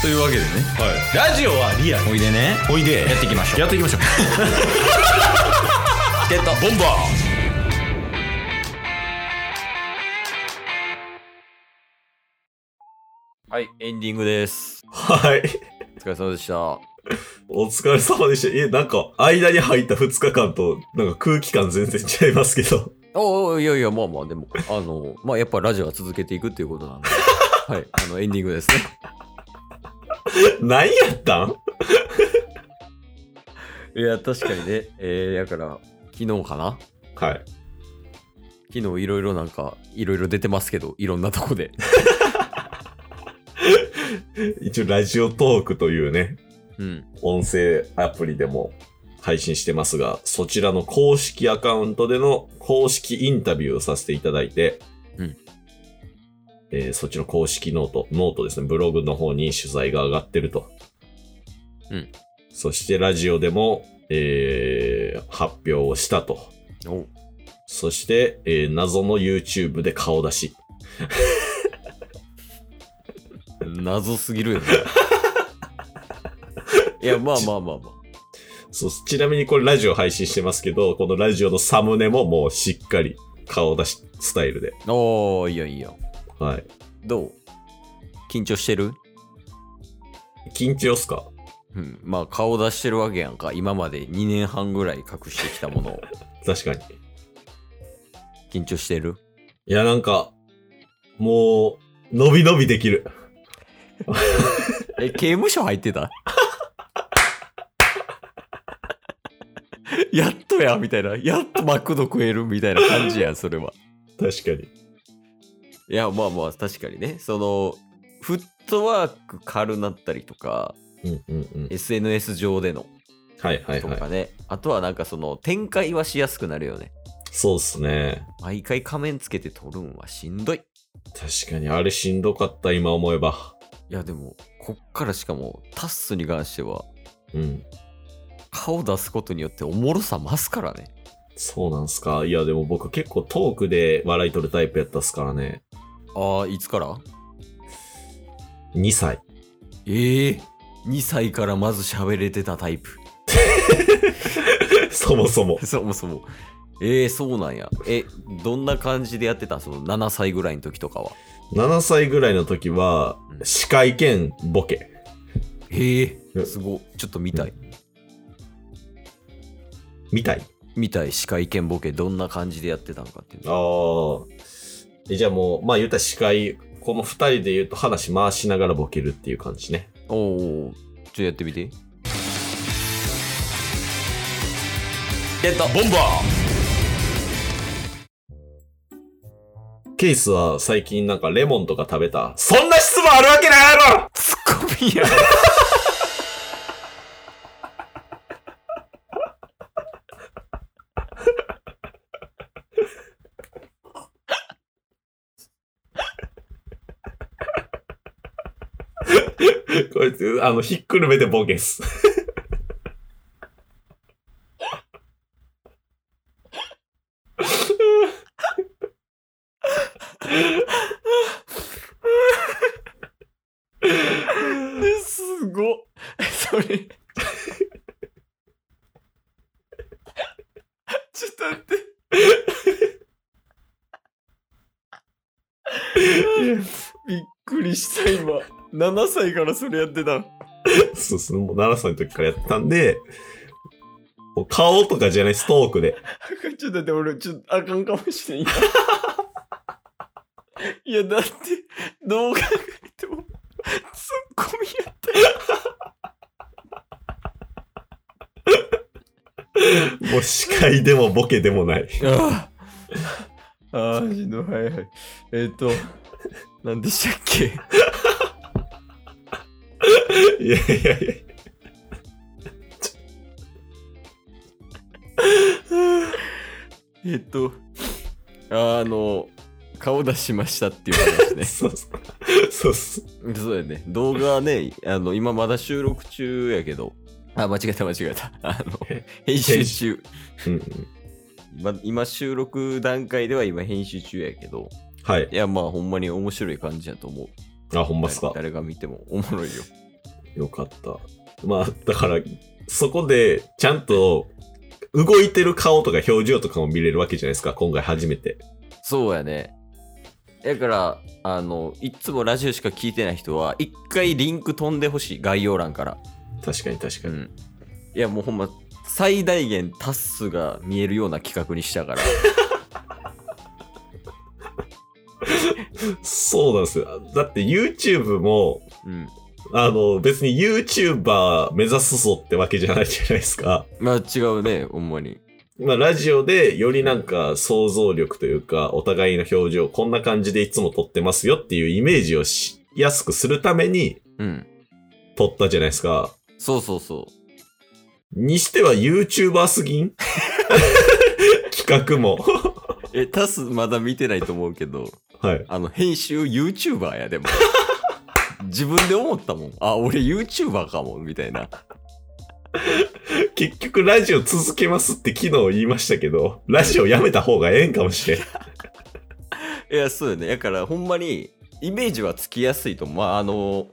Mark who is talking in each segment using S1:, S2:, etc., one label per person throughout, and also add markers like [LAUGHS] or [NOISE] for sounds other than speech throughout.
S1: というわけでね
S2: はい、ラジオはリアル
S1: おいでね
S2: おいで
S1: やっていきましょう
S2: やっていきましょう
S1: ゲット
S2: ボンバ
S1: はいエンディングです
S2: ーはい
S1: お疲れ様でした
S2: お疲れ様でした。え、なんか、間に入った2日間と、なんか空気感全然違いますけど。 [LAUGHS]
S1: おおいやいやまあまあでもあのまあやっぱラジオは続けていくっていうことなんで [LAUGHS] はいあのエンディングですね
S2: 何やったん
S1: いや確かにねえー、やから昨日かな
S2: はい。
S1: 昨日いろいろなんかいろいろ出てますけどいろんなとこで
S2: 一応、ラジオトークというね、
S1: うん
S2: 音声アプリでも配信してますが、そちらの公式アカウントでの公式インタビューをさせていただいて、
S1: うん
S2: えーそっちの公式ノート、ノートですね、ブログの方に取材が上がってると。
S1: うん
S2: そして、ラジオでも、えー発表をしたと。
S1: お
S2: そして、えー謎の YouTube で顔出し。
S1: 謎すぎるよ [LAUGHS] ねいやまあまあまあまあ
S2: そうちなみにこれラジオ配信してますけど、このラジオのサムネももうしっかり顔出しスタイルで。
S1: おおいいやいいや
S2: はい。
S1: どう緊張してる
S2: 緊張っすか
S1: うん、まあ顔出してるわけやんか今まで2年半ぐらい隠してきたものを
S2: 確かに。
S1: 緊張してる
S2: いや、なんか、もう、伸び伸びできる。
S1: え刑務所入 [LAUGHS] ってたやっとやみたいなやっとマクド食えるみたいな感じや [LAUGHS] んそれは
S2: 確かに。
S1: いやまあまあ確かにねそのフットワーク軽なったりとか
S2: うんうんうん。
S1: SNS 上での
S2: はいはい
S1: と
S2: は
S1: か
S2: い。
S1: ね、あとはなんかその展開はしやすくなるよね
S2: そうっすね。
S1: 毎回仮面つけて撮るんはしんどい
S2: 確かに、あれしんどかった、今思えば。
S1: いやでもこっからしかもタッスに関しては
S2: うん。
S1: 顔出すことによっておもろさ増すからね
S2: そうなんすか。いや、でも僕結構トークで笑い取るタイプやったっすからね。
S1: ああいつから
S2: 2歳。 [LAUGHS]
S1: ええ2歳からまず喋れてたタイプ [LAUGHS]
S2: そもそも。
S1: そもそもええそうなんやえどんな感じでやってたその7歳ぐらいの時とかは
S2: 7歳ぐらいの時は
S1: う、ん
S2: 司会兼ボケ。
S1: ええすごちょっと見たい
S2: みたい。
S1: 見たい司会兼ボケどんな感じでやってたのかっていう
S2: ああ。えじゃあもう、まあ言ったら司会、この2人で言うと話回しながらボケるっていう感じね。
S1: おおちょっとやってみてゲットボンバ
S2: ケイスは最近なんかレモンとか食べたそんな質問あるわけないやろ
S1: ー [LAUGHS] ツッコミや
S2: [LAUGHS] こいつ、あの、ひっくるめてボケっす。 [LAUGHS]
S1: すごっそれちょっと待ってびっくりした今7歳からそれやってた
S2: そうそう、もう7歳の時からやってたんで、もう顔とかじゃないです、トークで。
S1: ちょっと待って俺ちょっとあかんかもしれんいやだってどう考えてもツッコミやった
S2: もう司会でもボケでもない。 [LAUGHS]
S1: ああ。ああ、しんどい。はいはい。えっ、と、何でしたっけ [LAUGHS]
S2: いやいやいや。
S1: えっと、あの、顔出しましたっていう話ね。
S2: そうそう。そうそう。
S1: そうやね。 [LAUGHS] 動画はね、あの、今まだ収録中やけど、あ、間違えた間違えた。あ
S2: [LAUGHS]
S1: の、編集中。
S2: うんうん、
S1: 今今収録段階では今編集中やけど、
S2: はい。
S1: いやまあほんまに面白い感じやと思う。
S2: あ、ほんまっすか。
S1: 誰が見てもおもろいよ。
S2: よかった。まあ、だから、そこで、ちゃんと、動いてる顔とか表情とかも見れるわけじゃないですか、今回初めて。
S1: そうやね。だから、あの、いっつもラジオしか聞いてない人は、一回リンク飛んでほしい、概要欄から。
S2: 確かに確か
S1: う
S2: に。
S1: ん。いや、もうほんま、最大限タスが見えるような企画にしたから。 [LAUGHS]
S2: そうなんですよ。だって YouTube も、
S1: うん。
S2: あの、別に YouTuber 目指すぞってわけじゃないじゃないですか。
S1: まあ違うね、ほんまに。
S2: まあ、ラジオでよりなんか想像力というか、お互いの表情、こんな感じでいつも撮ってますよっていうイメージをしやすくするために
S1: うん。
S2: 撮ったじゃないですか。
S1: そうそうそ
S2: にしては YouTuber すぎん [LAUGHS] 企画も。
S1: う。え、タスまだ見てないと思うけど、
S2: はい。
S1: あの、編集 YouTuber やでも。自分で思ったもん。あ、俺 YouTuber かも、みたいな。
S2: 結局ラジオ続けますって昨日言いましたけど、ラジオやめた方がええんかもしれん。
S1: いや、そうよね。だから、ほんまに、イメージはつきやすいと思う。まあ、あの、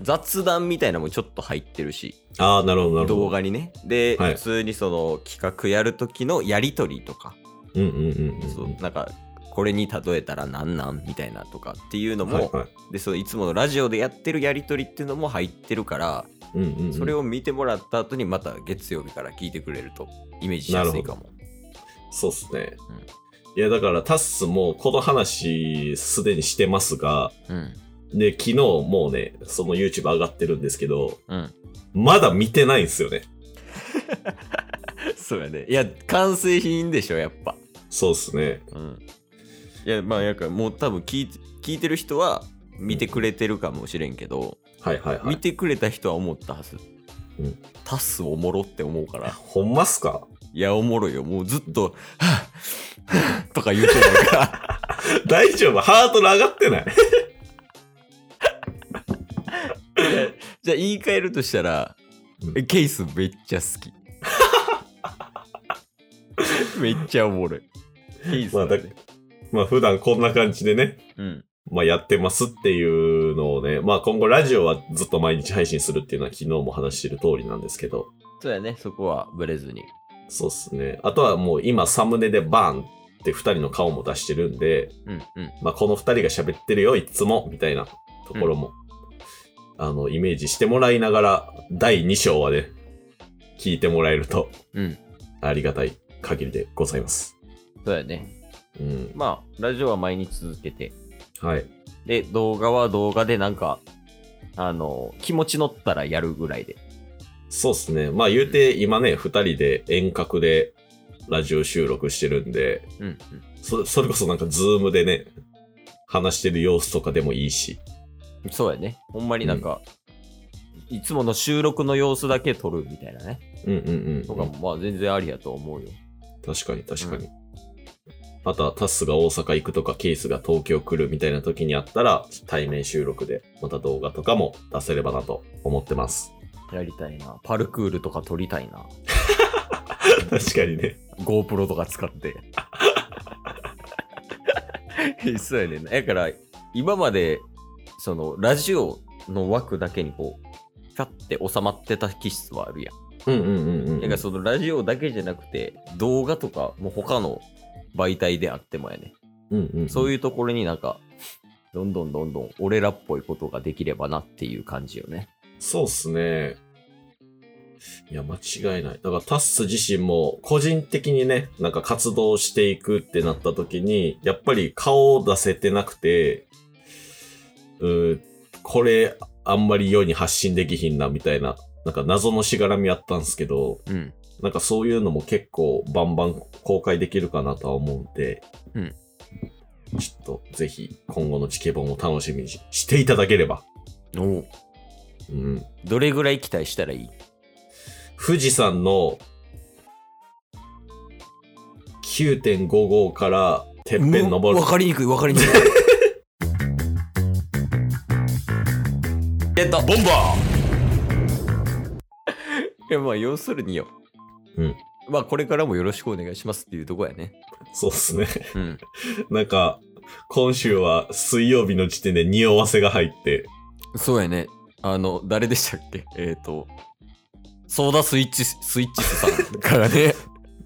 S1: 雑談みたいなのもちょっと入ってるし、
S2: ああ、なるほど、なるほど。
S1: 動画にね。で、
S2: はい
S1: 普通にその企画やる時のやりとりとか、
S2: うんうんうんうん。
S1: そうなんか、これに例えたらなんなんみたいなとかっていうのも、
S2: はいはい。
S1: でそのいつものラジオでやってるやりとりっていうのも入ってるから、
S2: うんうん、うん。
S1: それを見てもらった後にまた月曜日から聞いてくれるとイメージしやすいかも。
S2: そうっすね。いや、だからタッスもこの話すでにしてますが、
S1: うん。
S2: で、昨日もうね、その YouTube 上がってるんですけど、
S1: うん。
S2: まだ見てないんですよね。
S1: そうやね。いや、完成品でしょ、やっぱ。
S2: そうっすね。
S1: うん。いや、まあ、やからもう多分聞いて聞いてる人は見てくれてるかもしれんけど、
S2: はいはいは
S1: 見
S2: い。
S1: てくれた人は思ったはず。
S2: うん
S1: タスおもろって思うから。
S2: ほんまっすか [LAUGHS]
S1: いや、おもろいよ。もうずっと、はぁ、はぁとか言うてないから。 [LAUGHS]
S2: 大丈夫ハードル上がってない [LAUGHS]
S1: じゃあ言い換えるとしたら、
S2: うん
S1: ケースめっちゃ好き。 [LAUGHS] めっちゃおもろい。ケース
S2: まあ
S1: だ
S2: だ
S1: ね、
S2: まあ普段こんな感じでね、
S1: うん。
S2: まあやってますっていうのをね、まあ今後ラジオはずっと毎日配信するっていうのは昨日も話してる通りなんですけど、
S1: そうやね、そこはブレずに。
S2: そうっすね。あとはもう今サムネでバーンって二人の顔も出してるんで、
S1: うんうん。
S2: まあ、この二人が喋ってるよ、いつも、みたいなところも、あの、イメージしてもらいながら、第2章はね、聞いてもらえると
S1: うん。
S2: ありがたい限りでございます。
S1: そうやね。
S2: うん。
S1: まあ、ラジオは毎日続けて。
S2: はい。
S1: で、動画は動画でなんか、あの、気持ち乗ったらやるぐらいで。
S2: そうっすね。まあ、言うて、今ね、二人で遠隔でラジオ収録してるんで、
S1: うんうん。
S2: そそれこそなんか、ズームでね、話してる様子とかでもいいし。
S1: そうやね。ほんまになんか、いつもの収録の様子だけ撮るみたいなね。
S2: うんうんう
S1: と
S2: ん。
S1: かも、まあ全然ありやと思うよ。
S2: 確かに確かに。あとはタスが大阪行くとかケースが東京来るみたいな時にあったら対面収録でまた動画とかも出せればなと思ってます。
S1: やりたいな。パルクールとか撮りたいな。
S2: [LAUGHS] 確かにね。
S1: GoPro とか使って。 [LAUGHS] そうやねんな。だから、今まで、その、ラジオの枠だけにこう、ピャって収まってた気質はあるやん。
S2: うんうんうんうん。
S1: だから、そのラジオだけじゃなくて、動画とか、もう他の媒体であってもやね。
S2: うんうんうん、
S1: そう
S2: いう。
S1: いうところになんか、どんどんどんどん俺らっぽいことができればなっていう感じよね。
S2: そうっすね。いや、間違いない。だからタス自身も個人的にね、なんか活動していくってなった時に、やっぱり顔を出せてなくて、うーこれあんまり世に発信できひんなみたいな、なんか謎のしがらみあったんですけど、
S1: うん。
S2: なんかそういうのも結構バンバン公開できるかなとは思うんで、
S1: うん
S2: ちょっとぜひ今後のチケボンを楽しみにししていただければ。
S1: お
S2: うん。
S1: どれぐらい期待したらいい
S2: 富士山の9.55からてっぺん登る
S1: わ。かりにくい、わかり [LAUGHS] にくい。えっと、ボンバー [LAUGHS] いや、まあ、要するによ。
S2: うん。
S1: まあ、これからもよろしくお願いしますっていうとこやね。
S2: そうっすね。 [LAUGHS]
S1: うん。
S2: なんか、今週は水曜日の時点で匂わせが入って、
S1: そうやね。あの、誰でしたっけえっ、と、ソーダスイッチ、スイッチスさんから [LAUGHS] ね。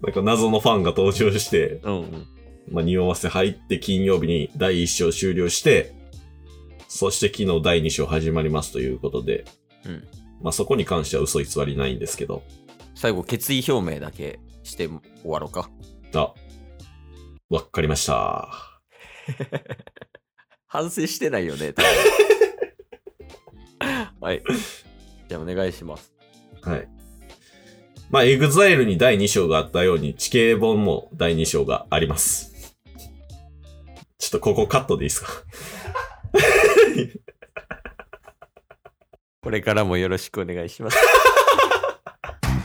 S2: なんか謎のファンが登場して、
S1: うんうん。
S2: まあ、匂わせ入って金曜日に第1章終了して、そして昨日第2章始まりますということで、
S1: うん
S2: まあ、そこに関しては嘘偽りないんですけど、
S1: 最後、決意表明だけして終わろうか。
S2: あ、わっかりました。
S1: 反省してないよね、多 [LAUGHS] 分はい。じゃあ、お願いします。
S2: はい。まあ、エグザイルに第2章があったように、地形本も第2章があります。ちょっとここカットでいいですか
S1: これからもよろしくお願いします。 [LAUGHS]